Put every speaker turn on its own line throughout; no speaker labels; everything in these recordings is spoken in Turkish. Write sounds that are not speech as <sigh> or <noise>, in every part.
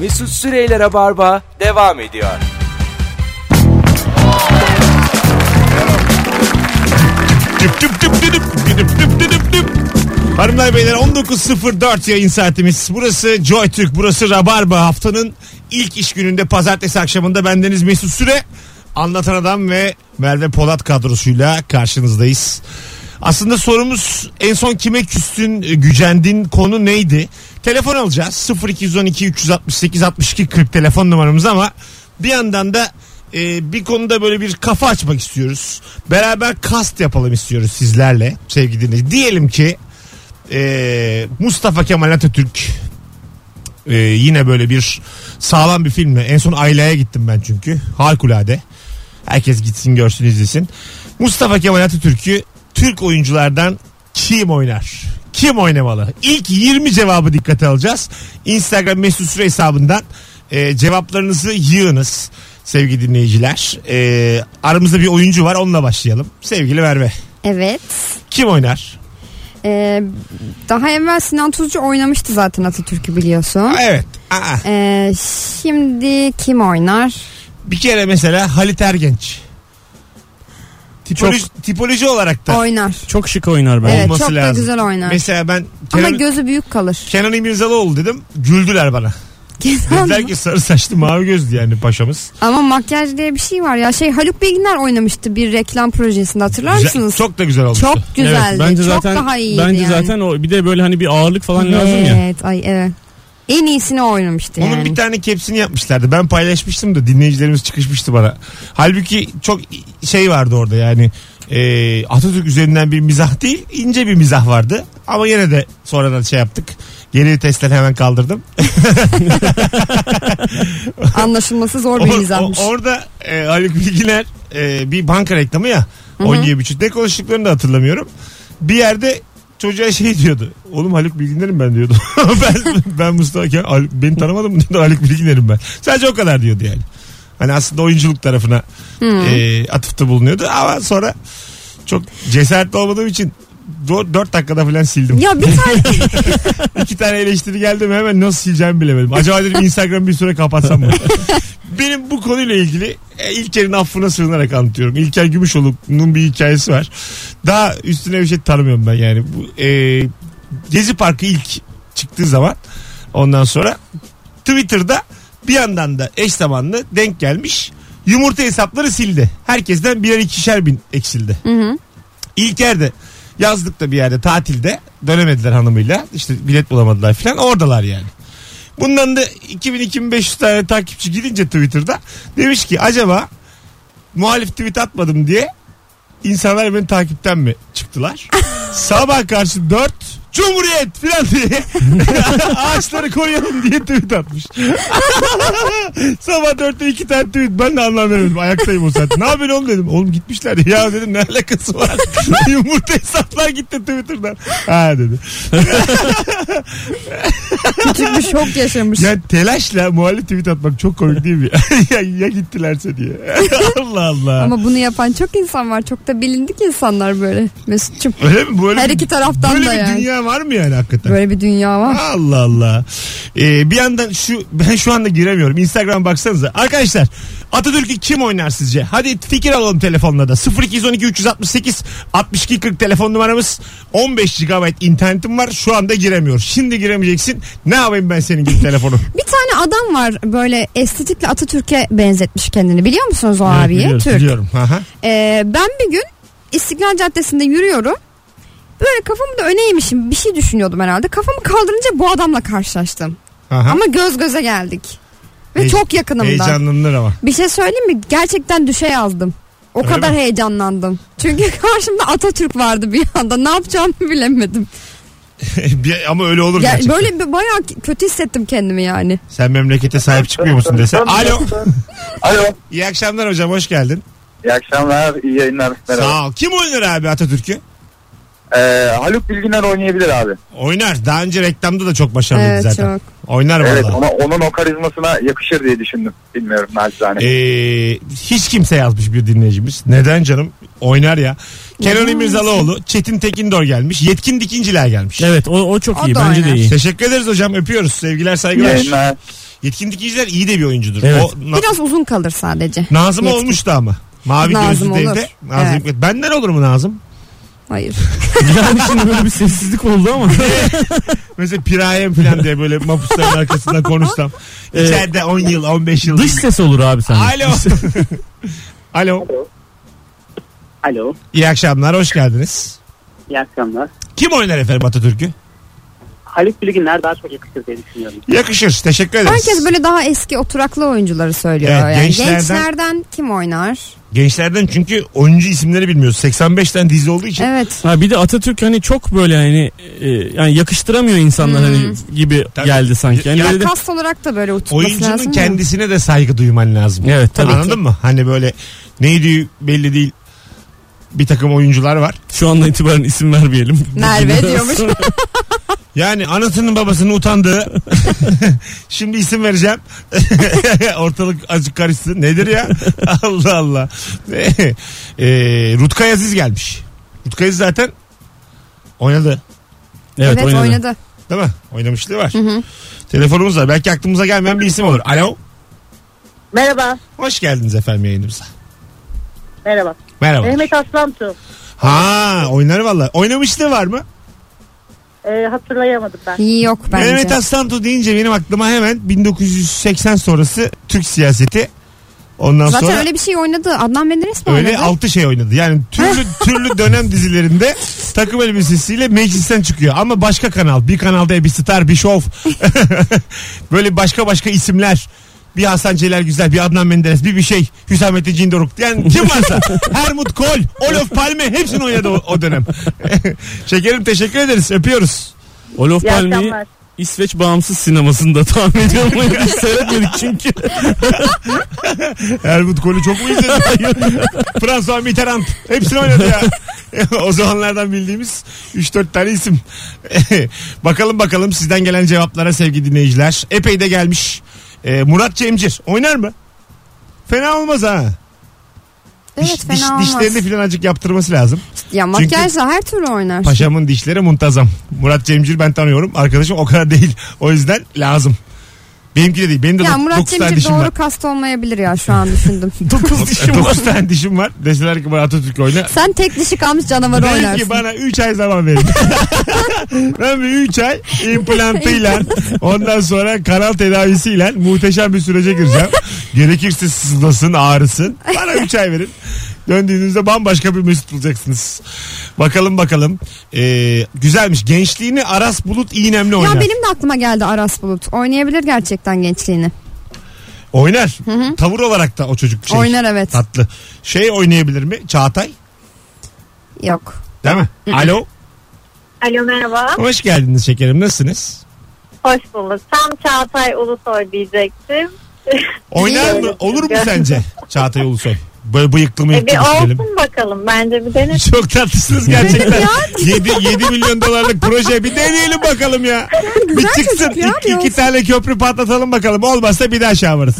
Mesut Süreyler'e barba devam ediyor.
Düp düp düp düdüp, düdüp düp düdüp düp. Hanımlar beyler 19.04 yayın saatimiz. Burası Joy Türk, burası Rabarba. Haftanın ilk iş gününde pazartesi akşamında bendeniz Mesut Süre. Anlatan Adam ve Merve Polat kadrosuyla karşınızdayız. Aslında sorumuz en son kime küstün, gücendin konu neydi? Telefon alacağız 0212 368 62 40 telefon numaramız ama bir yandan da e, bir konuda böyle bir kafa açmak istiyoruz. Beraber kast yapalım istiyoruz sizlerle sevgili dinleyiciler. Diyelim ki e, Mustafa Kemal Atatürk e, yine böyle bir sağlam bir filmle en son Ayla'ya gittim ben çünkü harikulade. Herkes gitsin görsün izlesin. Mustafa Kemal Atatürk'ü Türk oyunculardan kim oynar? Kim oynamalı? İlk 20 cevabı dikkate alacağız. Instagram mesut süre hesabından e, cevaplarınızı yığınız sevgili dinleyiciler. E, aramızda bir oyuncu var onunla başlayalım. Sevgili Merve
Evet.
kim oynar?
Ee, daha evvel Sinan Tuzcu oynamıştı zaten Atatürk'ü biliyorsun.
Evet. Aa,
Ee, şimdi kim oynar?
bir kere mesela Halit Ergenç. Tipoloji, tipoloji olarak da
Oynar.
Çok şık oynar bence.
Evet
olması
çok da
lazım.
güzel oynar.
mesela ben
Ama
Kenan,
gözü büyük kalır.
Kenan İmirzalıoğlu dedim güldüler
<laughs>
bana.
Kenan mı?
Dediler ki sarı saçlı mavi gözlü yani paşamız.
Ama makyaj diye bir şey var ya. Şey Haluk Bilginer oynamıştı bir reklam projesinde hatırlar
Güzel-
mısınız?
çok da güzel olmuştu.
Çok güzeldi.
bence
çok
zaten
daha iyiydi
bence
yani.
zaten o bir de böyle hani bir ağırlık falan
evet, <laughs>
lazım ya.
ay evet. En iyisini oynamıştı
Onun
yani.
bir tane kepsini yapmışlardı. Ben paylaşmıştım da dinleyicilerimiz çıkışmıştı bana. Halbuki çok şey vardı orada yani. e, Atatürk üzerinden bir mizah değil ince bir mizah vardı. Ama yine de sonradan şey yaptık. Geri testten hemen kaldırdım.
Anlaşılması zor
Or-
bir mizahmış.
o- orada e, Haluk Bilginer e, bir banka reklamı ya. Oynuyor bir çocuk. Ne konuştuklarını da hatırlamıyorum. Bir yerde çocuğa şey diyordu. Oğlum Haluk Bilginer'im ben diyordu. <laughs> ben ben Mustafa Kemal. Haluk- Beni tanımadın mı diyordu. Haluk Bilginer'im ben. Sadece o kadar diyordu yani. Hani aslında oyunculuk tarafına e, atıfta bulunuyordu. Ama sonra çok cesaretli olmadığım için 4 dakikada falan sildim.
Ya bir tane <laughs>
İki tane eleştiri geldi mi hemen nasıl sileceğimi bilemedim. Acaba dedim Instagram bir süre kapatsam mı? Benim bu konuyla ilgili e, İlker'in affına sığınarak anlatıyorum. İlker Gümüşoluk'un bir hikayesi var. Daha üstüne bir şey tanımıyorum ben yani. Bu, e, Gezi Parkı ilk çıktığı zaman ondan sonra Twitter'da bir yandan da eş zamanlı denk gelmiş yumurta hesapları sildi. Herkesten birer ikişer bin eksildi. İlker de yazlıkta bir yerde tatilde dönemediler hanımıyla. İşte bilet bulamadılar filan oradalar yani. Bundan da 2000-2500 tane takipçi gidince Twitter'da demiş ki acaba muhalif tweet atmadım diye insanlar beni takipten mi çıktılar? Sabah karşı 4 Cumhuriyet filan diye <laughs> ağaçları koyalım diye tweet atmış. Sabah 4'te 2 tane tweet ben de anlam veremedim ayaktayım o saatte. Ne yapıyorsun oğlum dedim. Oğlum gitmişler <laughs> ya dedim ne alakası <laughs> var. Yumurta hesaplar gitti Twitter'dan. Ha dedi.
küçük bir şok yaşamış.
Ya telaşla muhalif tweet atmak çok komik değil mi? ya, <laughs> ya gittilerse diye. Allah Allah.
Ama bunu yapan çok insan var. Çok da bilindik insanlar böyle. Mesut'cum.
Öyle mi? Böyle
Her
bir-
iki taraftan
böyle
da
bir
yani.
dünya var mı yani hakikaten?
Böyle bir dünya var.
Allah Allah. Ee, bir yandan şu ben şu anda giremiyorum. Instagram baksanıza. Arkadaşlar Atatürk'ü kim oynar sizce? Hadi fikir alalım telefonla da. 0212 368 62 40 telefon numaramız. 15 GB internetim var. Şu anda giremiyor. Şimdi giremeyeceksin. Ne yapayım ben senin gibi
<laughs>
telefonu?
Bir tane adam var böyle estetikle Atatürk'e benzetmiş kendini. Biliyor musunuz o abiyi?
biliyorum,
Türk.
Biliyorum. Aha.
Ee, ben bir gün İstiklal Caddesi'nde yürüyorum. Böyle kafamı da öne eğmişim. Bir şey düşünüyordum herhalde. Kafamı kaldırınca bu adamla karşılaştım.
Aha.
Ama göz göze geldik. Ve
Hey-
çok yakınımdan.
Heyecanlanır ama. <laughs>
Bir şey söyleyeyim mi? Gerçekten düşe yazdım. O
Öyle
kadar
mi?
heyecanlandım. Çünkü <laughs> karşımda Atatürk vardı bir anda. Ne yapacağımı <laughs> bilemedim.
Bir- ama öyle olur
Ya
gerçekten.
böyle bir bayağı kötü hissettim kendimi yani.
Sen memlekete sahip çıkmıyor musun dese. Alo.
Alo.
İyi akşamlar hocam hoş geldin.
İyi akşamlar. iyi yayınlar. Merhaba.
Sağ ol. Kim oynar abi Atatürk'ü?
Ee, Haluk Bilginer oynayabilir abi.
Oynar. Daha önce reklamda da çok başarılıydı
Evet,
zaten.
çok.
Oynar
Evet
valla.
ona, onun o karizmasına yakışır diye düşündüm. Bilmiyorum nacizane.
Ee, hiç kimse yazmış bir dinleyicimiz. Neden canım? Oynar ya. Kenan İmirzalıoğlu, Çetin Tekindor gelmiş. Yetkin Dikinciler gelmiş.
Evet o, o çok
O
iyi
da
bence de
oynar.
iyi. <laughs>
Teşekkür ederiz hocam. Öpüyoruz. Sevgiler,
İyi
saygılar.
yayınlar.
Yetkin dikiciler iyi de bir oyuncudur.
Evet.
O, na-
Biraz uzun kalır sadece.
Nazım
Yetkin.
olmuş da ama. Mavi
Nazım
gözlü
olur.
devde. Nazım
Evet.
Hikmet. Benden olur mu Nazım? <laughs>
Hayır.
Yani şimdi böyle bir sessizlik oldu ama.
Mesela pirayem falan diye böyle
<laughs>
mapusların arkasından konuşsam.
Ee,
İçeride 10 yıl 15 yıl.
<laughs> Dış ses olur abi sen. <laughs>
Alo. Alo.
Alo.
İyi akşamlar hoş geldiniz.
iyi akşamlar.
Kim oynar efendim Atatürk'ü?
Haluk Bilginler daha çok yakışır diye düşünüyorum.
Yakışır. Teşekkür ederiz.
Herkes böyle daha eski oturaklı oyuncuları söylüyor.
Evet,
yani.
gençlerden-
gençlerden... kim oynar?
Gençlerden çünkü oyuncu isimleri bilmiyoruz. 85 tane dizi olduğu için.
Evet.
Ha bir de Atatürk hani çok böyle hani e, yani yakıştıramıyor insanlar hani
Hmm.
gibi
Tabii.
geldi sanki. Yani
Ya-
böyle de-
Kast olarak da böyle oturtması lazım.
Oyuncunun
ya.
kendisine de saygı duyman lazım.
Evet tabii.
Anladın mı? Hani böyle neydi belli değil bir takım oyuncular var.
Şu andan itibaren isim vermeyelim.
<laughs> Merve diyormuş. <laughs>
Yani anasının babasının utandığı. <laughs> Şimdi isim vereceğim. <laughs> Ortalık azıcık karışsın. Nedir ya? <laughs> Allah Allah. <laughs> Ee, Rutkay Aziz gelmiş. Rutkay Aziz zaten oynadı.
evet,
evet
oynadı.
oynadı.
Değil mi? Oynamışlığı var. Telefonumuz var. Belki aklımıza gelmeyen bir isim olur. Alo.
Merhaba.
Hoş geldiniz efendim yayınımıza.
Merhaba.
Merhaba.
Mehmet Aslantu.
Ha oynar valla. Oynamışlığı var mı?
Ee, hatırlayamadım ben.
İyi yok bence.
Mehmet Aslantu deyince benim aklıma hemen 1980 sonrası Türk siyaseti. Ondan
Zaten
sonra
öyle bir şey oynadı. Adnan Menderes mi
Öyle
oynadı?
altı şey oynadı. Yani türlü türlü dönem dizilerinde takım elbisesiyle meclisten çıkıyor. Ama başka kanal. Bir kanalda bir star, bir şov. <laughs> Böyle başka başka isimler. Bir Hasan Celal Güzel, bir Adnan Menderes, bir bir şey. Hüsamettin Cindoruk. Yani kim varsa. Hermut Kohl, Olof Palme hepsini oynadı o, o dönem. <laughs> Şekerim teşekkür ederiz. Öpüyoruz.
Olof
İyi
Palme'yi
akşamlar.
İsveç bağımsız sinemasında <laughs> tahmin ediyorum. <laughs> Hiç seyretmedik çünkü.
Helmut Kohl'ü çok mu izledin? François Mitterrand. Hepsini oynadı ya. <laughs> o zamanlardan bildiğimiz 3-4 tane isim. <laughs> bakalım bakalım sizden gelen cevaplara sevgili dinleyiciler. Epey de gelmiş. Ee, Murat Cemcir oynar mı? Fena olmaz ha.
Evet
Diş-
fena
diş-
olmaz.
Dişlerini filan acık yaptırması lazım.
Ya makyajla her türlü oynar.
Paşamın dişleri muntazam. Murat Cemcir ben tanıyorum. Arkadaşım o kadar değil. O yüzden lazım. Benimki de değil. Benim de
ya
dok-
Murat
dokuz tane
Cemcir
dişim var.
doğru kast olmayabilir ya şu an
<laughs>
düşündüm. <laughs>
9 dişim var.
9 tane dişim var. Deseler ki bana Atatürk oyna.
Sen tek dişi kalmış canavar
Belki
oynarsın.
bana 3 ay zaman verin. <laughs> ben bir 3 ay implantıyla ondan sonra kanal tedavisiyle muhteşem bir sürece gireceğim. Gerekirse sızlasın ağrısın. Bana 3 ay verin. Döndüğünüzde bambaşka bir mesut bulacaksınız. Bakalım bakalım. Ee, güzelmiş. Gençliğini Aras Bulut İğnemli oynar.
Ya benim de aklıma geldi Aras Bulut. Oynayabilir gerçekten gençliğini.
Oynar. Tavır olarak da o çocuk şey.
Oynar evet.
Tatlı. Şey oynayabilir mi? Çağatay.
Yok.
Değil mi? Alo.
Alo merhaba.
Hoş geldiniz şekerim. Nasılsınız?
Hoş bulduk. Tam Çağatay Ulusoy <laughs> diyecektim.
Oynar mı?
Bilmiyorum.
Olur mu sence Çağatay Ulusoy? Böyle bıyıklı mıyıklı
E, bir
düşünelim.
olsun bakalım. Bence bir <laughs> dene.
Çok tatlısınız gerçekten. 7, 7 milyon dolarlık proje bir deneyelim bakalım ya. bir çıksın.
çocuk ya,
İki,
bir
iki
olsun.
tane köprü patlatalım bakalım. Olmazsa bir daha aşağı varız.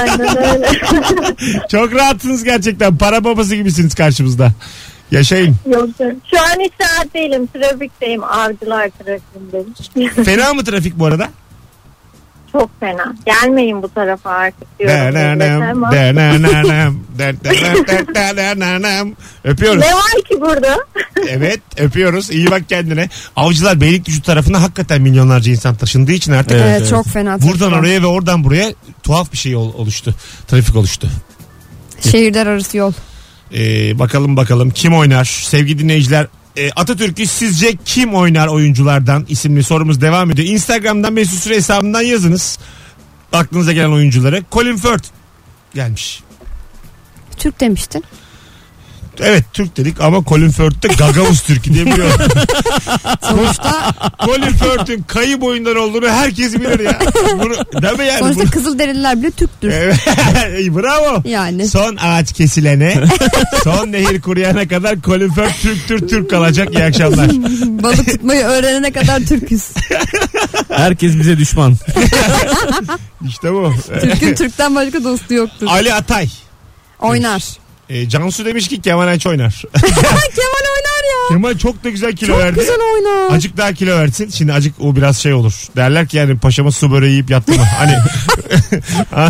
Aynen öyle.
Çok rahatsınız gerçekten. Para babası gibisiniz karşımızda. Yaşayın.
Yok canım. Şu an hiç rahat değilim. Trafikteyim. Avcılar trafiğindeyim. <laughs>
Fena mı trafik bu arada?
Çok fena. Gelmeyin bu tarafa artık diyorum. millete
Denenem,
ama-
denenem, denenem, denenem. Öpüyoruz.
Ne var ki burada?
Evet öpüyoruz. İyi bak kendine. Avcılar Beylikdüzü tarafına hakikaten milyonlarca insan taşındığı için artık
Evet,
Evet, evet.
çok fena.
Buradan oraya ve oradan buraya tuhaf bir şey ol- oluştu. Trafik oluştu.
Şehirler arası yol.
Ee, bakalım bakalım kim oynar? Sevgili dinleyiciler e, Atatürk'ü sizce kim oynar oyunculardan isimli sorumuz devam ediyor. Instagram'dan Mesut Süre hesabından yazınız. Aklınıza gelen oyuncuları. Colin Firth gelmiş.
Türk demiştin.
Evet Türk dedik ama Colin Firth'te Gagavuz Türk'ü diye biliyorum.
<laughs> Sonuçta,
Colin Firth'ün kayı boyundan olduğunu herkes bilir ya. Bunu, deme yani.
sonuçta
bunu-
Kızılderililer bile Türktür.
Evet. <laughs> İyi, Bravo.
Yani. <laughs>
Son ağaç kesilene, son nehir kuruyana kadar Colin Firth Türktür Türk kalacak. İyi akşamlar.
Balık tutmayı öğrenene
<laughs>
kadar Türküz.
Herkes bize düşman.
İşte bu.
Türk'ün Türk'ten başka dostu yoktur.
Ali Atay. <laughs>
Oynar.
E, Cansu demiş ki Kemal Ayç oynar.
Kemal oynar ya.
Kemal <laughs> çok da güzel kilo
Çok
verdi.
güzel oynar.
Acık daha kilo versin. Şimdi acık o biraz şey olur. Derler ki yani paşama su böreği yiyip yattı mı? Hani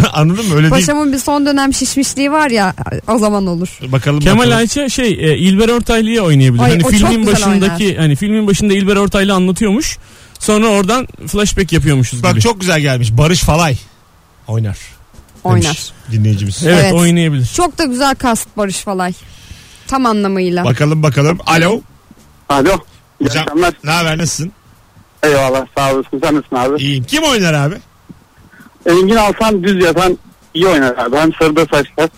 <laughs> anladın mı? Öyle
Paşamın bir son dönem şişmişliği var ya o zaman olur.
değil. Bakalım
Kemal
bakalım.
Ayça şey e, İlber Ortaylı'ya oynayabilir.
Ay, o
hani
çok
filmin
güzel
başındaki hani filmin başında İlber Ortaylı anlatıyormuş. Sonra oradan flashback yapıyormuşuz
Bak
gibi.
çok güzel gelmiş. Barış Falay oynar. demiş
Oynar.
Dinleyicimiz.
Evet,
Evet.
oynayabilir.
Çok da güzel kast Barış Falay. Tam anlamıyla.
Bakalım bakalım. Alo.
Alo. İyi
Hocam
akşamlar.
ne haber nasılsın?
Eyvallah sağ olasın. Sen nasılsın abi?
İyiyim. Kim oynar abi?
Engin Altan düz yatan iyi oynar abi. Hem sarıda saçlar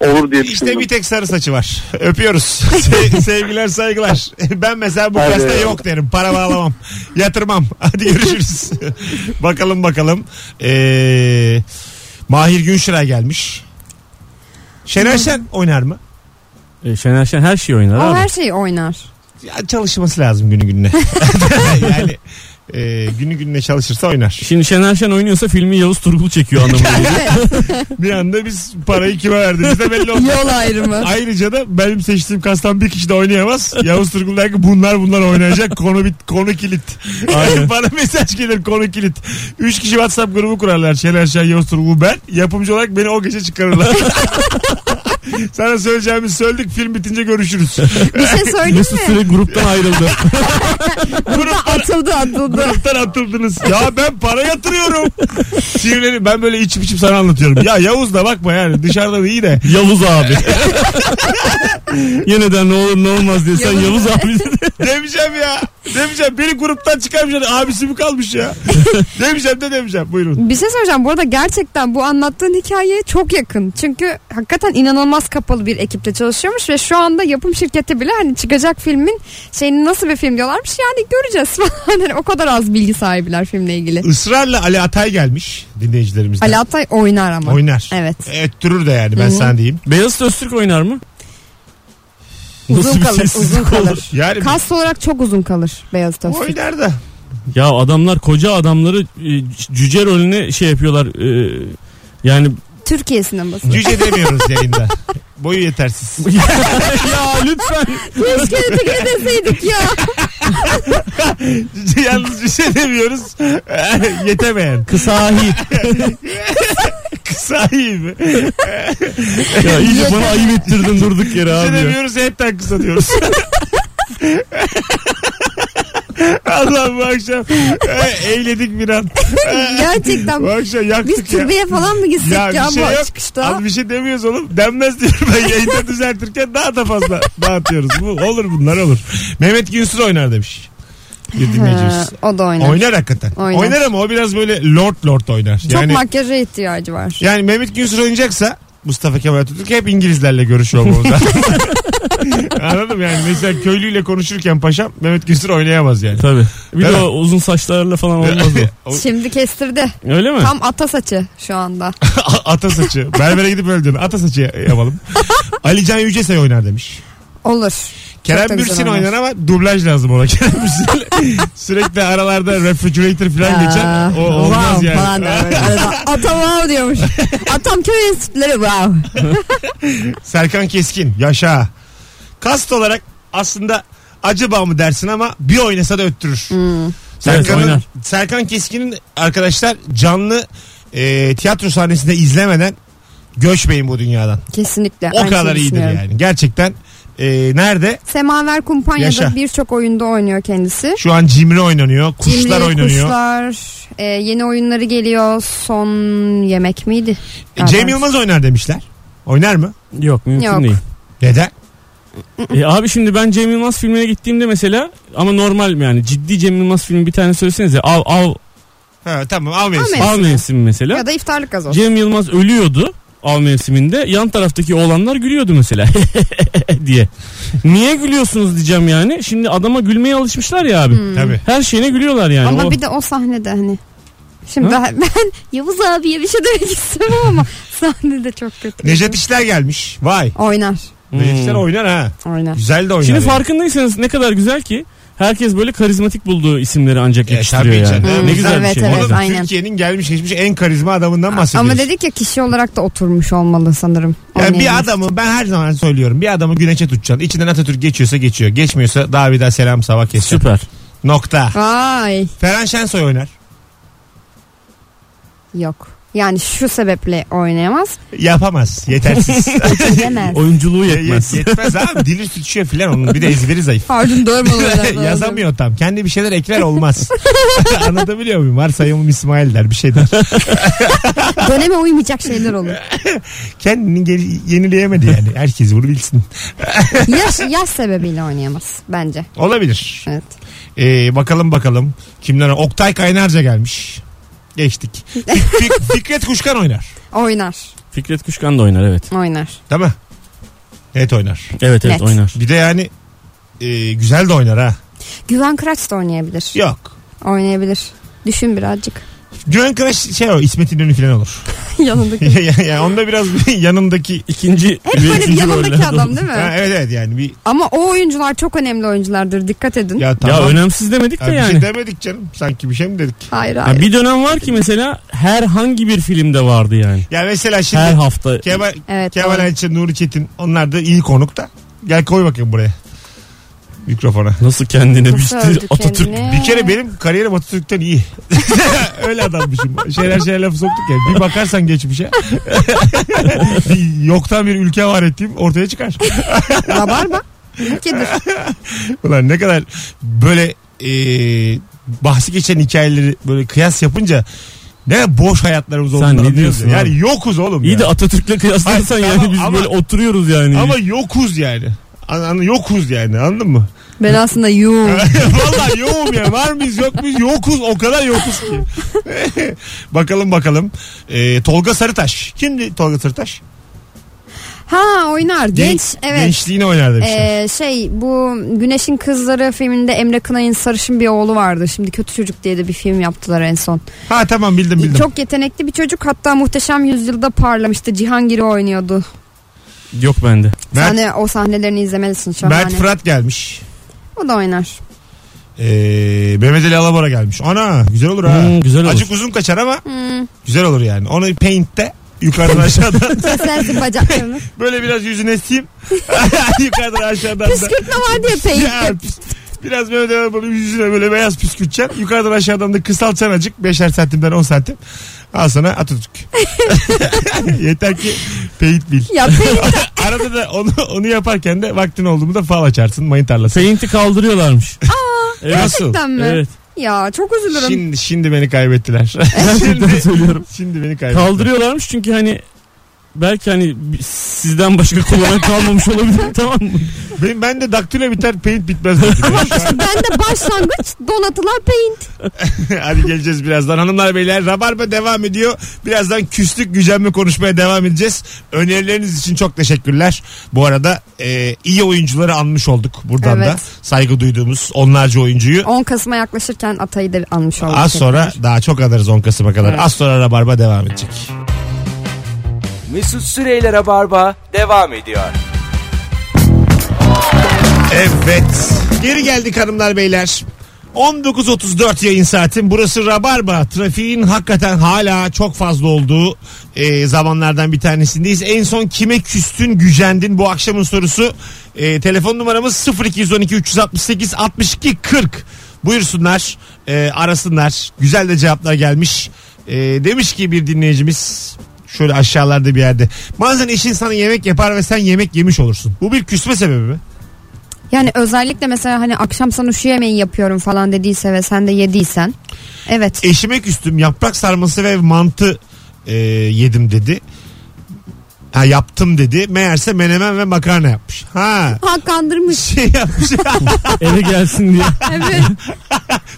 olur diye düşündüm.
İşte bir tek sarı saçı var. <laughs> Öpüyoruz. <laughs> Se- Sevgiler saygılar. Ben mesela bu
Hadi
kasta
eyvallah.
yok derim. Para bağlamam. Yatırmam. <laughs> Hadi görüşürüz. <laughs> bakalım bakalım. Ee, Mahir Günşiray gelmiş. Şener Şen oynar mı?
E, Şener Şen her şeyi oynar
O
abi.
her şey- şeyi oynar.
Ya çalışması lazım günü gününe. <laughs> yani e, günü gününe çalışırsa
<laughs>
oynar.
Şimdi Şener Şen oynuyorsa filmi Yavuz
<laughs>
Turgul çekiyor anlamına geliyor.
Bir anda biz parayı kime verdiğimiz de belli oldu.
Yol ayrımı.
Ayrıca da benim seçtiğim kastan bir kişi de oynayamaz. Yavuz Turgul der ki bunlar bunlar oynayacak. Konu bit, konu kilit. <laughs>
Aynen.
Bana mesaj gelir konu kilit. Üç kişi WhatsApp grubu kurarlar. Şener Şen, Yavuz Turgul ben. Yapımcı olarak beni o gece çıkarırlar. <laughs> Sana söyleyeceğimizi söyledik. Film bitince görüşürüz.
bir şey söyleyeyim
Mesut
mi?
Süre gruptan ayrıldı.
<laughs>
Gruptan,
Atıldı atıldı.
gruptan atıldınız. Ya ben para yatırıyorum. Şiirleri ben böyle içip içip sana anlatıyorum. Ya Yavuz da bakma yani dışarıdan iyi de.
Yavuz abi. Yeniden ne olur ne olmaz diye sen Yavuz abi. <laughs>
Demeyeceğim ya. Demeyeceğim. Beni gruptan çıkarmışlar. Abisi mi kalmış
<laughs>
ya? demeyeceğim de demeyeceğim. Buyurun.
Bir şey söyleyeceğim. Bu arada gerçekten bu anlattığın hikayeye çok yakın. Çünkü hakikaten inanılmaz kapalı bir ekipte çalışıyormuş ve şu anda yapım şirketi bile hani çıkacak filmin şeyini nasıl bir film diyorlarmış yani göreceğiz falan. <laughs> Hani o kadar az bilgi sahibiler filmle ilgili.
Israrla Ali Atay gelmiş dinleyicilerimizden.
Ali Atay oynar ama.
Oynar.
Evet.
Ettürür de yani ben
Hı hı.
sana diyeyim.
Beyaz Öztürk oynar mı? Nasıl
Uzun
bir
kalır,
sessizlik
uzun kalır.
Yani
Kast olarak çok uzun kalır Beyaz Öztürk.
oynar da.
Ya adamlar koca adamları e, cüce rolüne şey yapıyorlar. e, yani <laughs>
Türkiye sineması.
Cüce demiyoruz yayında. Boyu yetersiz.
ya lütfen.
<laughs> Keşke ötekine deseydik ya.
Yalnız cüce demiyoruz. <laughs> Yetemeyen.
Kısahi.
Kısa iyi mi?
<laughs> Ya iyice bana ayıp ettirdin durduk yere
Cüce
abi. ya.
demiyoruz hepten kısa diyoruz.
<laughs>
<laughs> Allah bu akşam e, eğledik bir an.
Gerçekten.
Bu akşam yaktık
Biz
ya. şey
türbeye falan mı gitsek ya, bu çıkışta?
Abi bir şey demiyoruz oğlum. Denmez diyorum ben
<laughs>
yayında düzeltirken daha da fazla dağıtıyoruz. Bu, olur bunlar olur. Mehmet Günsüz oynar demiş. Bir dinleyicimiz.
Ha, Ee, o da oynar.
Oynar hakikaten. Oynar.
Oynar.
ama o biraz böyle lord lord oynar.
Çok
yani,
makyaja ihtiyacı var.
yani Mehmet Günsüz oynayacaksa Mustafa Kemal Atatürk hep İngilizlerle görüşüyor bu
<laughs>
arada. Anladım yani mesela köylüyle konuşurken paşam Mehmet Günsüz oynayamaz yani.
Tabii. Bir
Değil
de
mi?
o uzun saçlarla falan olmaz o.
O-
Şimdi kestirdi.
Öyle mi?
Tam ata saçı şu anda.
<laughs> Ata saçı. Berbere gidip öldün. Ata saçı
<laughs>
yapalım. Ali Can Yücesay oynar demiş.
Olur. Çok da
Kerem
güzel
Bürsin
oynar.
oynar ama dublaj lazım ona. <laughs> Kerem Bürsin sürekli aralarda refrigerator falan
Aa,
geçer. O olmaz
wow
yani.
Falan der
<laughs>
böyle arada. Atam wow diyormuş. Atam köy enstitüleri wow.
Serkan Keskin yaşa. Kast olarak aslında acaba mı dersin ama bir oynasa da öttürür.
Hmm.
Serkan'ın-
Evet, oynar.
Serkan Keskin'in arkadaşlar canlı e, tiyatro sahnesinde izlemeden göçmeyin bu dünyadan.
Kesinlikle.
O
aynı
kadar
şeyi
iyidir
düşünüyorum.
yani. Gerçekten e, nerede?
Semaver
Yaşa.
Kumpanya'da birçok oyunda oynuyor kendisi.
Şu an cimri oynanıyor. Kuşlar
Cimri,
oynanıyor.
Kuşlar, e, yeni oyunları geliyor. Son yemek miydi?
E, Cem Yılmaz oynar demişler. Oynar mı?
<laughs> Yok mümkün
Yok.
değil.
Neden?
E, abi şimdi ben Cem Yılmaz filmine gittiğimde mesela ama normal yani ciddi Cem Yılmaz filmi bir tane söylesenize av av
Ha, tamam av mevsimi.
Av
av mevsimi mesela.
Ya da iftarlık gazoz.
Cem Yılmaz ölüyordu av mevsiminde. Yan taraftaki oğlanlar gülüyordu mesela <laughs> diye. Niye gülüyorsunuz diyeceğim yani. Şimdi adama gülmeye alışmışlar ya abi.
Tabii.
Her şeyine gülüyorlar yani.
Hmm. ama
O-
bir de o sahnede hani. Şimdi
Ha?
ben, <laughs> ben Yavuz abiye bir şey demek istemem ama <laughs> sahnede çok kötü.
Necdet İşler gelmiş. Vay.
Oynar.
Necdet
Hmm.
İşler oynar ha.
Oynar.
Güzel de oynar.
Şimdi
yani.
farkındaysanız ne kadar güzel ki herkes böyle karizmatik bulduğu isimleri ancak
E,
yakıştırıyor
tabii
yani.
canım.
Ne güzel
Evet,
bir şey.
evet.
Oğlum,
aynen.
Türkiye'nin gelmiş geçmiş en karizma adamından bahsediyoruz.
Ama dedik ya kişi olarak da oturmuş olmalı sanırım. O
Yani
örneğimiz.
bir adamı ben her zaman söylüyorum. Bir adamı güneşe tutacaksın. İçinden Atatürk geçiyorsa geçiyor. Geçmiyorsa daha bir daha selam sabah kesin.
Süper.
Nokta.
Vay
Ferhan Şensoy oynar.
yok. Yani şu sebeple oynayamaz.
Yapamaz. <laughs> Yetersiz.
Çözemez.
Oyunculuğu
Yetmez.
yetmez.
Yetmez abi. Dili sürtüşüyor filan onun. Bir de ezberi zayıf. <laughs>
Pardon <laughs> doğru
Yazamıyor tam. Kendi bir şeyler ekler olmaz. <laughs> Anlatabiliyor muyum? Varsayımım İsmail der bir şey der.
Döneme uymayacak şeyler olur.
Kendini geri- yenileyemedi yani. Herkes bunu bilsin.
Yaş, yaş sebebiyle oynayamaz bence.
Olabilir.
Evet.
Ee, bakalım bakalım. Kimler? Oktay Kaynarca gelmiş. Geçtik. Fik- Fikret Kuşkan oynar.
Oynar.
Fikret Kuşkan da oynar evet.
Oynar.
Değil mi? Evet oynar.
Evet evet
Net.
oynar.
Bir de yani e, güzel de oynar ha.
Güven Kıraç da oynayabilir.
Yok.
Oynayabilir. Düşün birazcık. <laughs>
Güven Kıraç şey o İsmet İnönü falan olur. <laughs>
yanındaki.
yani, onda biraz <laughs> yanındaki
İkinci
Hep
ve
böyle
üçüncü
yanındaki
rollerde
adam
olur.
değil mi?
Ha, evet evet yani bir
Ama o oyuncular çok önemli oyunculardır. Dikkat edin.
ya
Ya
tamam.
önemsiz demedik
Ha,
de
bir
yani.
şey demedik canım. Sanki bir şey mi dedik?
Hayır
Ha,
hayır.
bir dönem var ki mesela herhangi bir filmde vardı yani.
Ya mesela şimdi
Her hafta.
Kemal,
Evet,
Kemal
doğru.
Ayça, Nuri Çetin onlar da iyi konuk da. Gel koy bakayım buraya. Mikrofona.
Nasıl kendine
Nasıl
biçti
övdü
Atatürk.
kendini?
Bir kere benim kariyerim Atatürk'ten iyi. <laughs> Öyle adammışım. Şeyler şeyler laf soktuk ya. Bir bakarsan geçmişe. <laughs> Bir Yoktan bir ülke var ettiğim ortaya çıkar. <laughs>
Rabarba. Ülkedir.
Ulan ne kadar böyle e, bahsi geçen hikayeleri böyle kıyas yapınca ne boş hayatlarımız olduğunu
ne
anlıyoruz
diyorsun
ya. Yani
abi?
yokuz oğlum
İyi
ya.
de Atatürk'le kıyaslarsan
Hayır,
yani
tamam
biz
ama-
böyle oturuyoruz yani.
Ama yokuz yani. An- an- yokuz yani anladın mı?
Ben aslında yuh.
<laughs> Vallahi yoğum ya. Var mıyız yok muyuz? Yokuz. O kadar yokuz ki. <laughs> bakalım bakalım. Ee, Tolga Sarıtaş. Kimdi Tolga Sarıtaş?
Ha oynar. Genç. evet.
Gençliğini oynardı bir şey.
Ee, şey bu Güneşin Kızları filminde Emre Kınay'ın sarışın bir oğlu vardı. Şimdi Kötü Çocuk diye de bir film yaptılar en son.
Ha tamam bildim bildim.
Çok yetenekli bir çocuk hatta Muhteşem Yüzyılda parlamıştı. Cihangir'i oynuyordu.
Yok bende.
Mert-
Sen de o sahnelerini izlemelisin şahane.
Mert Fırat gelmiş.
O da oynar.
Ee, Mehmet Ali Alabora gelmiş. Ana güzel olur ha.
Hmm, güzel olur.
Acık uzun kaçar ama
Hmm.
güzel olur yani. Onu paint'te yukarıdan
<laughs>
aşağıdan
Kesersin bacaklarını.
<laughs> böyle biraz yüzüne sim. <laughs> yukarıdan aşağıdan da.
Püskürtme var diye
Ya,
peyittim.
pis- biraz Mehmet Ali Alabora yüzüne böyle beyaz püskürteceksin. Yukarıdan aşağıdan da kısaltacaksın acık. Beşer santimden on santim. Al sana Atatürk. Yeter ki paint bil. <laughs>
Ya peyit
Arada da onu, onu yaparken de vaktin olduğunda da fal açarsın. Mayın tarlası.
Paint'i kaldırıyorlarmış. evet.
E Nasıl?
gerçekten mi?
evet.
Ya çok üzülürüm.
Şimdi, şimdi beni kaybettiler.
Gerçekten
<laughs> şimdi,
söylüyorum.
şimdi beni kaybettiler.
Kaldırıyorlarmış çünkü hani belki hani sizden başka kullanan kalmamış olabilir <laughs> tamam mı?
Ben, ben de daktilo biter paint bitmez. dedim.
İşte <laughs> ben de başlangıç donatılan peynit.
<laughs> Hadi geleceğiz birazdan. Hanımlar beyler Rabarba devam ediyor. Birazdan küslük gücenme konuşmaya devam edeceğiz. Önerileriniz için çok teşekkürler. Bu arada e, iyi oyuncuları anmış olduk buradan
Evet.
da. Saygı duyduğumuz onlarca oyuncuyu.
10 Kasım'a yaklaşırken Atay'ı da almış olduk.
Az sonra daha çok alırız 10 Kasım'a kadar. Az sonra Rabarba devam edecek.
Mesut Süreyler'e barba devam ediyor.
Evet. Geri geldik hanımlar beyler. 19.34 yayın saatin. Burası Rabarba. Trafiğin hakikaten hala çok fazla olduğu e, zamanlardan bir tanesindeyiz. En son kime küstün gücendin bu akşamın sorusu. E, telefon numaramız 0212 368 62 40. Buyursunlar e, arasınlar. Güzel de cevaplar gelmiş. E, demiş ki bir dinleyicimiz şöyle aşağılarda bir yerde. Bazen eşin sana yemek yapar ve sen yemek yemiş olursun. Bu bir küsme sebebi mi?
Yani özellikle mesela hani akşam sana şu yemeği yapıyorum falan dediyse ve sen de yediysen. Evet.
Eşime küstüm yaprak sarması ve mantı e, yedim dedi. Ha yaptım dedi. Meğerse menemen ve makarna yapmış. Ha <laughs>
Ha kandırmış.
şey yapmış.
Eve gelsin diye.
Evet.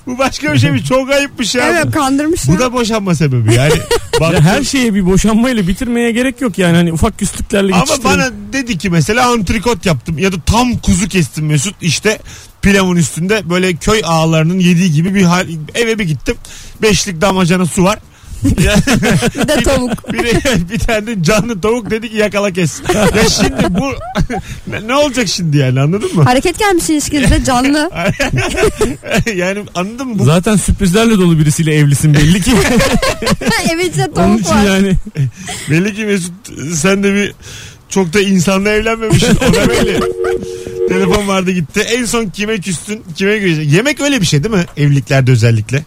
Bu başka bir şeymiş. Çok ayıpmış ya.
evet kandırmış.
Bu
ya.
da boşanma sebebi yani. Bak,
Ya her şeye bir boşanmayla bitirmeye gerek yok yani hani ufak küslüklerle
ama
geçiştirin.
bana dedi ki mesela antrikot yaptım ya da tam kuzu kestim Mesut işte pilavın üstünde böyle köy ağalarının yediği gibi bir hal, eve bir gittim. Beşlik damacana su var.
Bir de tavuk.
bir, bir tane de <laughs> canlı tavuk dedi ki yakala
<laughs>
kes. ya şimdi bu <laughs> ne, ne olacak şimdi yani anladın mı?
Hareket gelmiş
<laughs>
ilişkinizde canlı. <laughs>
yani anladın mı? Bu,
Zaten sürprizlerle dolu birisiyle evlisin belli
<laughs>
ki.
Evinde
Onun
tavuk
için
var.
yani
belli ki Mesut sen de bir Çok da insanla evlenmemişsin. O da
<laughs>
belli. Telefon vardı gitti. En son kime küstün? Kime güleceksin? Yemek öyle bir şey değil mi? Evliliklerde özellikle.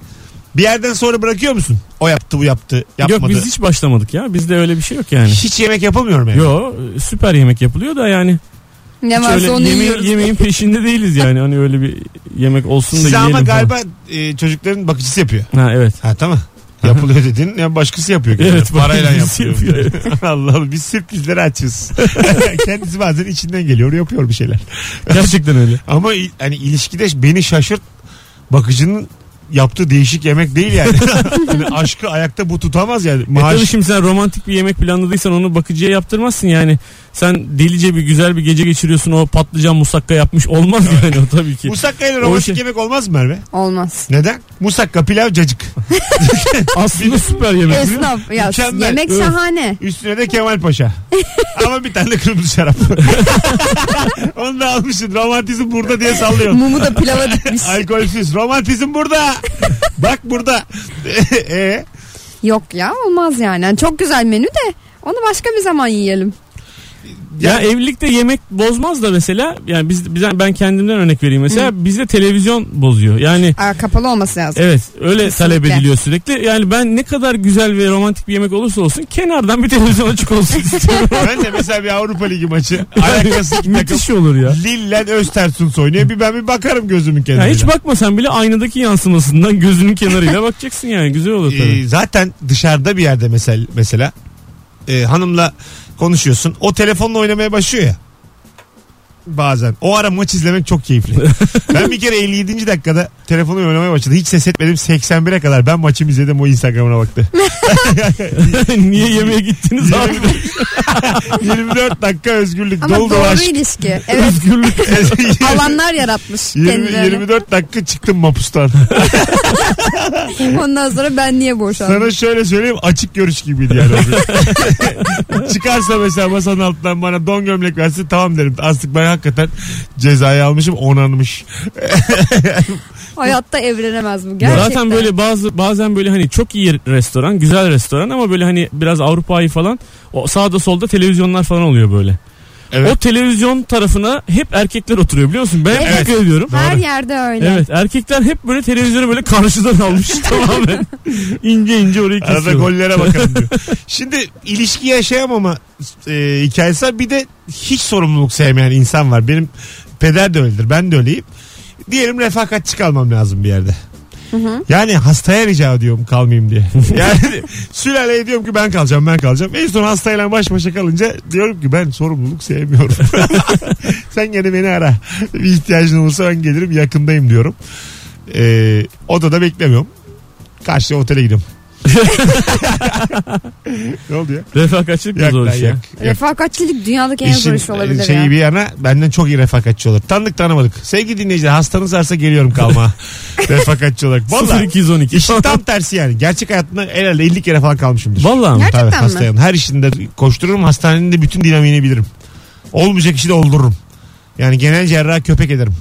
Bir yerden sonra bırakıyor musun? O yaptı bu yaptı. Yapmadı.
Yok biz hiç başlamadık ya. Bizde öyle bir şey yok yani.
Hiç yemek yapamıyorum yani.
Yo süper yemek yapılıyor da yani.
Ne
Hiç
varsa
öyle
onu
yemeğin,
yiyoruz.
yemeğin peşinde değiliz yani. Hani öyle bir yemek olsun da
Size
yiyelim
ama
falan.
galiba e, çocukların bakıcısı yapıyor.
Ha evet.
Ha tamam. Yapılıyor
<laughs>
dedin ya başkası yapıyor. genelde.
Evet,
Parayla
başkası
yapıyor.
yapıyor, <laughs>
Allah Allah biz sürprizleri açıyoruz. Kendisi bazen içinden geliyor yapıyor bir şeyler.
Gerçekten öyle.
Ama il- hani ilişkide beni şaşırt bakıcının yaptığı değişik yemek değil
<laughs>
yani. Hani aşkı ayakta bu tutamaz yani.
E
Maaş
tabii şimdi sen romantik bir yemek planladıysan onu bakıcıya yaptırmazsın yani. Sen delice bir güzel bir gece geçiriyorsun o patlıcan musakka yapmış olmaz yani o tabii ki.
Musakka ile romantik
O şey-
yemek olmaz mı Merve?
Olmaz.
Neden? Musakka, pilav, cacık.
Aslında süper yemek.
Esnaf. Ya,
Mükemmel.
yemek
Evet.
şahane.
Üstüne de Kemal Paşa. Ama bir tane kırmızı
<laughs>
şarap. Onu da almışsın. Romantizm burada diye sallıyorsun.
Mumu da pilava dikmiş.
Alkolsüz. Romantizm
<laughs>
burada. Bak burada. <laughs> e,
Yok ya olmaz yani. Yani Çok güzel menü de onu başka bir zaman yiyelim.
Ya evlilikte yemek bozmaz da mesela yani biz bize ben kendimden örnek vereyim mesela bizde televizyon bozuyor. Yani
Aa, kapalı olması lazım.
evet öyle talep
Kesinlikle.
ediliyor sürekli. Yani ben ne kadar güzel ve romantik bir yemek olursa olsun kenardan bir televizyon açık olsun istiyorum.
ben de mesela bir Avrupa Ligi
<laughs>
maçı. Alakası iki takım.
Müthiş olur ya.
Lillen Östersunds oynuyor. Bir ben bir bakarım gözümün
Ya
kenarına. E,
hiç bakmasan bile aynadaki yansımasından gözünün kenarıyla bakacaksın yani güzel olur tabii.
Ee, zaten dışarıda bir yerde mesela mesela e, hanımla konuşuyorsun. O telefonla oynamaya başlıyor ya. Bazen. O ara maç izlemek çok keyifli.
<laughs>
ben bir kere 57. dakikada telefonu oynamaya başladı. Hiç ses etmedim. 81'e kadar ben maçımı izledim. O Instagram'ına baktı.
<laughs> Niye yemeğe gittiniz abi?
<laughs> 24 dakika özgürlük.
Ama
dolu
doğru
<laughs> dolaş.
ilişki. Evet
Özgürlük.
alanlar yaratmış
20,
kendilerine.
24 dakika çıktım mapustan.
Ondan sonra ben niye boşandım?
Sana şöyle söyleyeyim açık görüş gibiydi yani. o gün. <laughs> Çıkarsa mesela masanın altından bana don gömlek versin tamam derim. Artık ben hakikaten cezayı almışım onanmış.
Hayatta evlenemez bu gerçekten.
Zaten böyle bazı bazen böyle hani çok iyi restoran, güzel restoran ama böyle hani biraz Avrupa'yı falan o sağda solda televizyonlar falan oluyor böyle.
Evet.
O televizyon tarafına hep erkekler oturuyor biliyor musun? Ben
Evet.
evet. ediyorum.
her yerde öyle.
Evet erkekler hep böyle televizyonu böyle karşıdan
<laughs>
almış tamamen. İnce ince orayı
Arada
kesiyor.
gollere bakalım diyor. Şimdi ilişki yaşayamama e, hikayesi var. Bir de hiç sorumluluk sevmeyen insan var. Benim peder de öyledir. Ben de öyleyim. Diyelim refakatçi kalmam lazım bir yerde. Yani hastaya rica ediyorum kalmayayım diye. Yani sülaleye diyorum ki ben kalacağım ben kalacağım. En son hastayla baş başa kalınca diyorum ki ben sorumluluk sevmiyorum. <laughs> Sen gene beni ara. Bir ihtiyacın olursa ben gelirim yakındayım diyorum. Ee, odada beklemiyorum. Karşıya otele gidiyorum. ne oldu ya?
Refakatçilik mi
Yak
zor
lan
iş ya?
yak. yak.
Refakatçilik dünyadaki en zor
İşin
iş olabilir
şeyi
ya.
bir yana benden çok iyi refakatçi olur. Tanıdık tanımadık. Sevgili dinleyiciler hastanız varsa geliyorum
<laughs>
kalma. refakatçi olarak. Vallahi
0212.
İşin tam tersi yani. Gerçek hayatımda herhalde 50 kere falan kalmışımdır.
Vallahi mi?
Gerçekten mi?
hastanın her işinde koştururum. Hastanenin de bütün dinamiğini bilirim. Olmayacak işi de oldururum. Yani genel cerrah köpek ederim.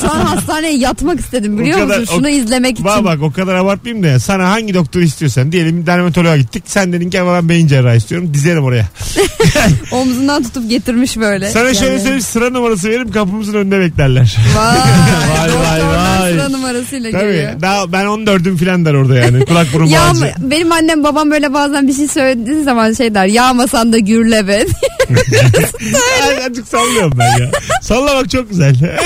Şu
<laughs>
an hastaneye yatmak istedim biliyor
O kadar-
musun? Şunu
o-
izlemek için.
Bak bak o kadar abartmayayım da ya. sana hangi doktor istiyorsan diyelim dermatoloğa gittik. Sen dedin ki ama ben beyin cerrahı istiyorum. Dizerim oraya.
Omzundan tutup getirmiş böyle.
Sana şöyle
Yani.
söyleyeyim sıra numarası veririm kapımızın önünde beklerler. <laughs>
Vay
Vay, vay,
doktorlar
vay.
Sıra numarasıyla
Tabii.
geliyor.
Daha ben 14'üm filan der orada yani. Kulak burun
<laughs> Ya
bağcı.
benim annem babam böyle bazen bir şey söylediği zaman şey der. Yağmasan da gürle ben.
Ay, Azıcık sallıyorum ben ya. Sallamak çok güzel. <laughs>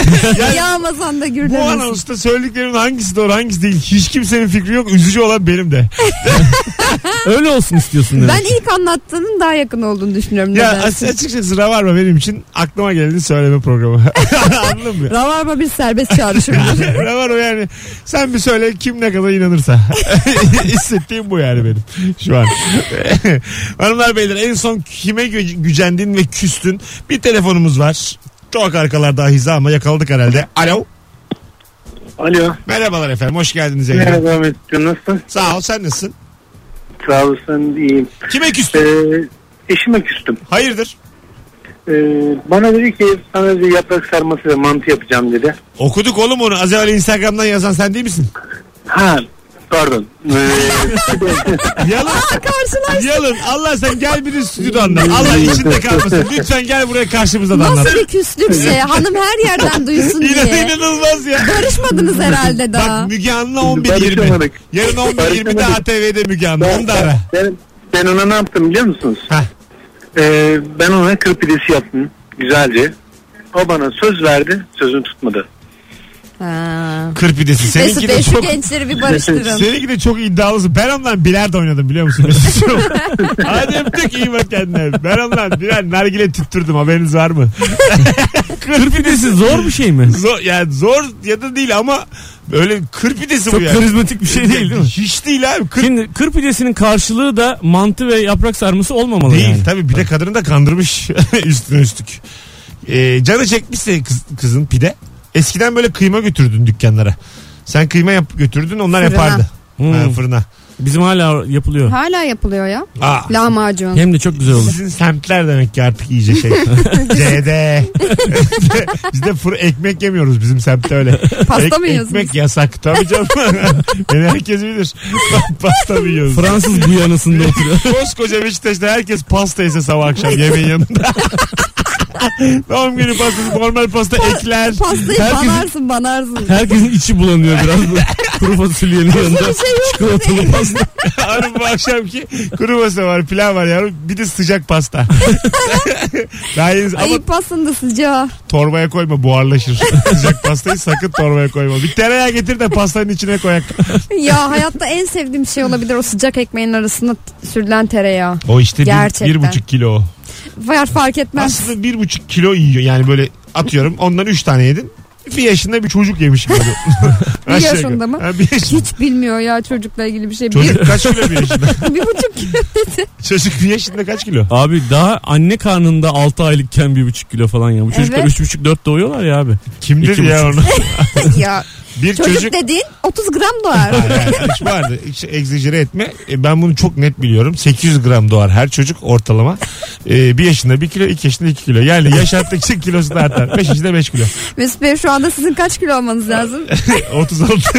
<laughs> Yağmasan da
Bu
gürle ben.
anonsta söylediklerimin hangisi doğru hangisi değil. Hiç kimsenin fikri yok. Üzücü olan benim de.
Öyle olsun istiyorsun demek.
Ben ilk anlattığının daha yakın olduğunu düşünüyorum.
Ya
nedense.
as- açıkçası Rabarba benim için aklıma geldi söyleme programı. <laughs> Anladın mı?
Rabarba bir
<laughs>
serbest çağrışımdır.
Rabarba yani sen bir söyle kim ne kadar inanırsa. <laughs> Hissettiğim bu yani benim şu an. <laughs> Hanımlar beyler en son kime gü- gücendin ve küstün? Bir telefonumuz var. Çok arkalarda hiza ama yakaladık herhalde. Alo.
Alo.
Merhabalar efendim. Hoş geldiniz. yayına.
Merhaba Mesut'cum nasılsın?
Sağ ol. Sen nasılsın?
Sağ olasın iyiyim.
Kime küstün?
Ee, eşime küstüm.
Hayırdır?
Ee, bana dedi ki sana dedi, yaprak sarması ve mantı yapacağım dedi.
Okuduk oğlum onu. Az evvel Instagram'dan yazan sen değil misin?
Ha pardon. Ee,
Yalın.
Karşılaş.
Yalın Allah sen gel bir stüdyoda anlat. Allah içinde kalmasın. Lütfen gel buraya karşımıza da anlat.
Nasıl bir küslükse hanım her yerden duysun
İnan,
<laughs> diye.
inanılmaz ya.
Barışmadınız herhalde daha.
Bak Müge Anlı
Barışamadık.
11.20. Yarın 11.20'de
Barışamadık.
ATV'de Müge Anlı.
ben,
Onu da ara.
ben, ben ona ne yaptım biliyor musunuz?
Hah.
Ee, ben ona kır pidesi yaptım. Güzelce. O bana söz verdi. Sözünü tutmadı.
Ha.
Kır pidesi. Seninki
Mesut
de
Bey şu
çok... şey-
gençleri bir barıştırın.
Seninki de çok iddialısın. Ben ondan bilardo oynadım biliyor musun? Mesut'cum? Hadi öptük iyi bak kendine. Ben ondan birer nargile tüttürdüm haberiniz var mı? kır pidesi
Pidesi zor bir şey mi?
Zor, yani zor ya da değil ama öyle kır pidesi
Çok
bu yani.
karizmatik bir şey değil değil mi?
Hiç değil abi. Kır
Şimdi kır pidesinin karşılığı da mantı ve yaprak sarması olmamalı
Değil
yani.
tabii bir de kadını da kandırmış <laughs> üstüne üstlük. Ee, canı çekmişse kız, kızın pide. Eskiden böyle kıyma götürdün dükkanlara. Sen kıyma yap götürdün onlar
Fırına.
yapardı.
Hmm.
Ha, fırına.
Bizim hala yapılıyor.
Hala yapılıyor ya.
Aa,
Lahmacun.
Hem de çok
<laughs>
güzel olur.
sizin semtler demek ki artık iyice
<laughs>
şey. CD. <laughs> Biz de fır ekmek yemiyoruz bizim semtte öyle.
Pasta mı yiyorsunuz?
Ekmek yasak tabii canım. <laughs> Beni herkes bilir. <laughs> pasta mı yiyoruz?
Fransız Guyana'sında oturuyor.
Koskoca Beşiktaş'ta herkes pasta yese sabah akşam yemeğin
<laughs>
yanında. Doğum günü pastası normal pasta ekler.
Pastayı
Herkesin-
banarsın banarsın.
Herkesin içi bulanıyor biraz.
<laughs>
bu Kuru fasulyenin yanında.
bir şey yok.
Çikolatalı pasta.
Hanım bu akşamki kuru masa var pilav var yavrum bir de sıcak
<laughs>
pasta. Daha yeniz- ama
Ay pastanın da sıcağı.
torbaya koyma buharlaşır. sıcak pastayı sakın torbaya koyma. Bir tereyağı getir de pastanın içine koyak.
Ya hayatta en sevdiğim şey olabilir o sıcak ekmeğin arasında t- sürülen tereyağı.
O işte bir,
Gerçekten.
bir buçuk kilo o.
Var fark etmez.
Aslında bir buçuk kilo yiyor yani böyle atıyorum ondan üç tane yedin. Bir yaşında bir çocuk
<laughs>
yemiş gibi.
Bir
Aşağı
yaşında
yukarı.
mı?
Ha, bir yaşında.
Hiç bilmiyor ya çocukla ilgili bir şey.
Çocuk kaç kilo bir yaşında?
Bir, bir buçuk kilo dedi.
Çocuk bir yaşında kaç kilo?
Abi daha anne karnında 6 aylıkken 1,5 kilo falan ya. Bu çocuklar
Evet.
3,5-4 doğuyorlar ya abi.
Kim
İki
dedi ya
buçuk.
onu?
ya
<laughs> Bir
çocuk,
çocuk...
dediğin 30 gram doğar.
Hayır, hayır, hiç vardı. Hiç egzajere etme. E, ben bunu çok net biliyorum. 800 gram doğar her çocuk ortalama. E, bir yaşında 1 kilo, 2 yaşında 2 kilo. Yani yaş arttıkça kilosu da artar. 5 yaşında 5 kilo.
Mesut Bey şu anda sizin kaç kilo olmanız lazım?
36. <laughs>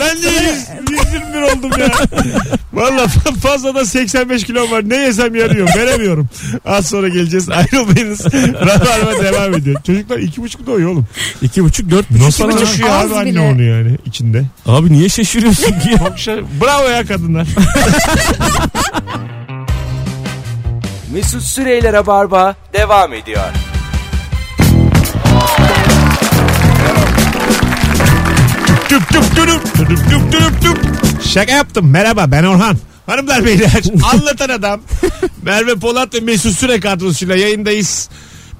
ben de 100, 121 oldum ya. Valla fa- fazla da 85 kilo var. Ne yesem yarıyor. Veremiyorum. Az sonra geleceğiz. Ayrılmayınız. Rabarba devam ediyor. Çocuklar 2,5 doyuyor oğlum.
2,5-4,5
Nasıl
buçuk
taşıyor
az
abi anne
bile.
onu yani içinde.
Abi niye şaşırıyorsun ki?
Çok şey- Bravo ya kadınlar.
Mesut Süreyler'e barba devam ediyor.
Tüp tüp tüp tüp tüp tüp tüp. Şaka yaptım. Merhaba ben Orhan. Hanımlar beyler anlatan adam Merve Polat ve Mesut Süre kadrosuyla yayındayız.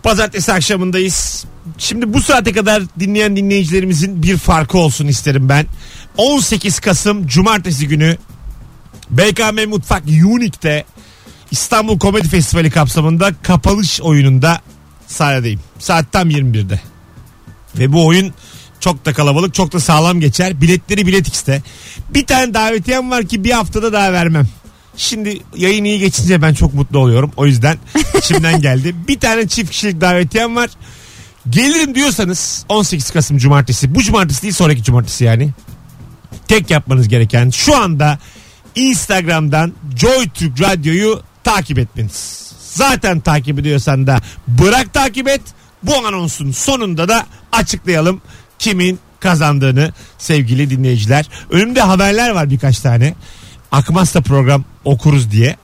Pazartesi akşamındayız. Şimdi bu saate kadar dinleyen dinleyicilerimizin bir farkı olsun isterim ben. 18 Kasım Cumartesi günü BKM Mutfak Unique'de İstanbul Komedi Festivali kapsamında kapanış oyununda sahnedeyim. Saat tam 21'de. Ve bu oyun çok da kalabalık çok da sağlam geçer. Biletleri Bilet X'te. Bir tane davetiyem var ki bir haftada daha vermem. Şimdi yayın iyi geçince ben çok mutlu oluyorum. O yüzden içimden geldi. Bir tane çift kişilik davetiyem var. Gelirim diyorsanız 18 Kasım Cumartesi. Bu cumartesi değil sonraki cumartesi yani. Tek yapmanız gereken şu anda Instagram'dan JoyTürk Radyo'yu takip etmeniz. Zaten takip ediyorsan da bırak takip et. Bu anonsun sonunda da açıklayalım kimin kazandığını sevgili dinleyiciler. Önümde haberler var birkaç tane. Akmazsa program okuruz diye.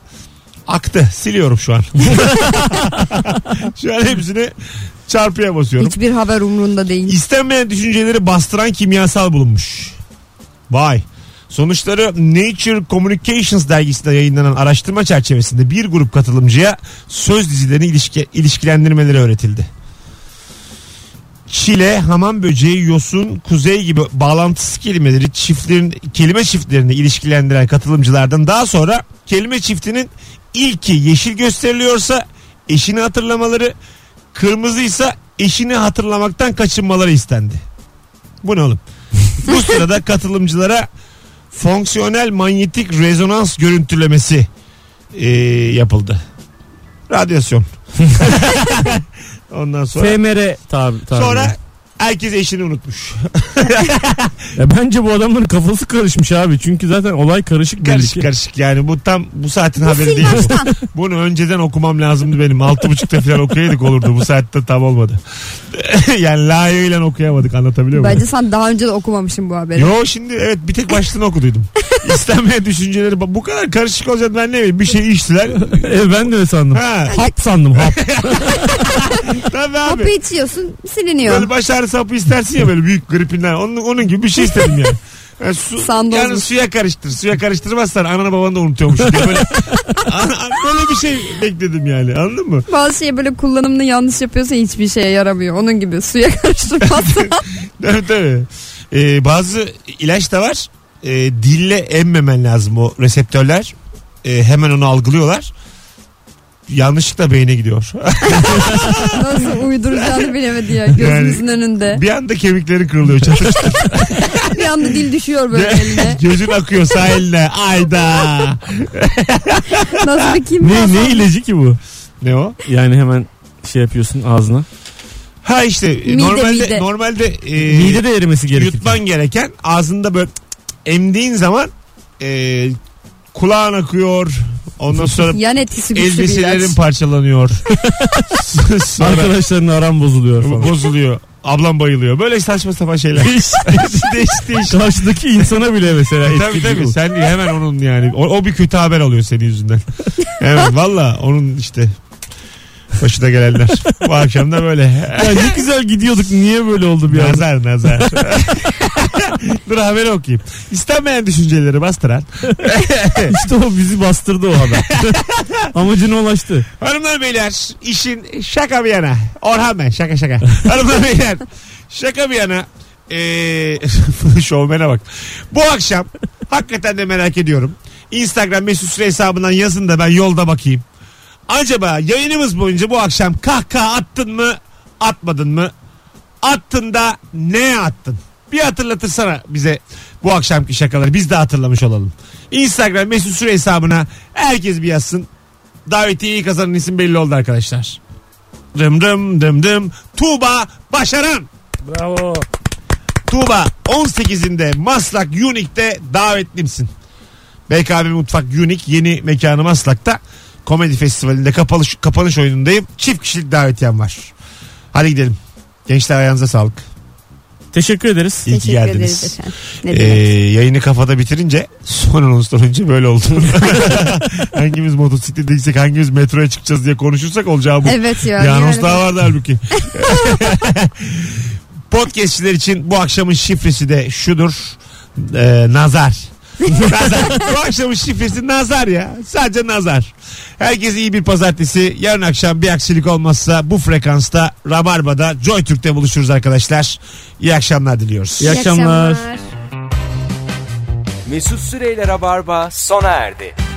Aktı. Siliyorum şu an. <laughs> şu an hepsini çarpıya basıyorum.
Hiçbir haber umrunda değil.
İstenmeyen düşünceleri bastıran kimyasal bulunmuş. Vay. Sonuçları Nature Communications dergisinde yayınlanan araştırma çerçevesinde bir grup katılımcıya söz dizilerini ilişki, ilişkilendirmeleri öğretildi. Çile, hamam böceği, yosun, kuzey gibi bağlantısız kelimeleri çiftlerin kelime çiftlerini ilişkilendiren katılımcılardan daha sonra kelime çiftinin ilki yeşil gösteriliyorsa eşini hatırlamaları, kırmızıysa eşini hatırlamaktan kaçınmaları istendi. Bu ne oğlum? Bu sırada katılımcılara fonksiyonel manyetik rezonans görüntülemesi eee, yapıldı. Radyasyon. Ondan sonra
E FMR tabi. tabi.
sonra Herkes eşini unutmuş.
Ya bence bu adamların kafası karışmış abi. Çünkü zaten olay karışık belli ki.
karışık karışık yani bu tam bu saatin haberi
sil
değil.
baştan.
<laughs> Bunu önceden okumam lazımdı benim. Altı buçukta falan okuyaydık olurdu. Bu saatte tam olmadı. <laughs> yani layığıyla okuyamadık anlatabiliyor muyum?
Bence sen daha önce de okumamışsın bu haberi.
Yo şimdi evet bir tek başlığını okuduydum. İstenmeyen düşünceleri bu kadar karışık olacak ben ne bileyim bir şey içtiler.
<laughs> E, ben de öyle sandım.
Ha,
Hap sandım hap.
tabii abi.
Hapı içiyorsun siliniyor.
Böyle baş ağrısı hapı istersin ya böyle büyük gripinden. Onun, onun gibi bir şey istedim yani. Yani, su,
Sandoz
yani
mu?
suya karıştır. Suya karıştırmazsan ananı babanı da unutuyormuş diye böyle, An- an- böyle bir şey bekledim yani anladın mı? <laughs>
Bazı şeyi böyle kullanımını yanlış yapıyorsa hiçbir şeye yaramıyor. Onun gibi suya <laughs> karıştırmazsan.
Tabii tabii. Ee, bazı ilaç da var. Ee, dille emmemen lazım o reseptörler. Ee, hemen onu algılıyorlar. Yanlışlıkla beyne gidiyor.
Nasıl uyduracağını bilemedi ya gözünüzün önünde.
bir anda kemikleri kırılıyor çatır çatır.
Bir anda dil düşüyor böyle
<laughs>
eline.
Gözün akıyor sağ eline. Ayda.
Nasıl bir kim
ne, ne ilacı ki bu?
Ne o?
Yani hemen şey yapıyorsun ağzına.
Ha işte e,
Mide,
normalde
mide.
normalde e,
Mide de erimesi gerekir.
yutman gereken ağzında böyle tık tık tık emdiğin zaman e, kulağın akıyor. Ondan sonra
Yan etkisi güçlü <laughs> bir ilaç.
elbiselerin
<laughs>
parçalanıyor. sonra
Arkadaşların aram bozuluyor falan.
bozuluyor. Ablam bayılıyor. Böyle saçma sapan şeyler. <laughs>
<laughs>
değişik değişik.
Karşıdaki insana bile mesela
Tabii
etkili
tabii
bu.
sen hemen onun yani o, o bir kötü haber alıyor senin yüzünden. Hemen valla onun işte başına gelenler. Bu akşam da böyle.
Ya ne güzel gidiyorduk niye böyle oldu bir anda?
Nazar nazar. <laughs> Dur haberi okuyayım. İstenmeyen düşünceleri bastıran
İşte o bizi bastırdı o haber. <laughs> Amacına ulaştı.
hanımlar beyler işin şaka bir yana. Orhan ben şaka şaka. hanımlar beyler şaka bir yana. Ee, <laughs> şovmene bak. Bu akşam hakikaten de merak ediyorum. Instagram mesut süre hesabından yazın da ben yolda bakayım. Acaba yayınımız boyunca bu akşam kahkaha attın mı atmadın mı? Attın da ne attın? Bir hatırlatırsana bize bu akşamki şakaları biz de hatırlamış olalım. Instagram mesut süre hesabına herkes bir yazsın. Davetiyeyi kazanan isim belli oldu arkadaşlar. Dım dım dım dım. Tuğba Başaran.
Bravo.
Tuğba 18'inde Maslak Unique'de davetlimsin. BKB Mutfak Unique yeni mekanı Maslak'ta. Komedi Festivali'nde kapalı, kapanış oyunundayım. Çift kişilik davetiyem var. Hadi gidelim. Gençler ayağınıza sağlık.
Teşekkür ederiz.
İyi ki
Teşekkür ederiz
geldiniz.
efendim. Ne
Ee,
demek.
yayını kafada bitirince son anonsdan önce böyle
<laughs>
oldu. hangimiz motosiklete gitsek hangimiz metroya çıkacağız diye konuşursak olacağı bu.
Evet ya.
Bir
niye
anons
öyle
daha vardı halbuki. <laughs> Podcastçiler için bu akşamın şifresi de şudur. Ee, nazar. nazar. Bu akşamın şifresi nazar ya. Sadece nazar. Herkese iyi bir pazartesi. Yarın akşam bir aksilik olmazsa bu frekansta Rabarba'da Joy Türk'te buluşuruz arkadaşlar. İyi akşamlar diliyoruz.
İyi akşamlar.
Mesut Süreyler'e barba sona erdi.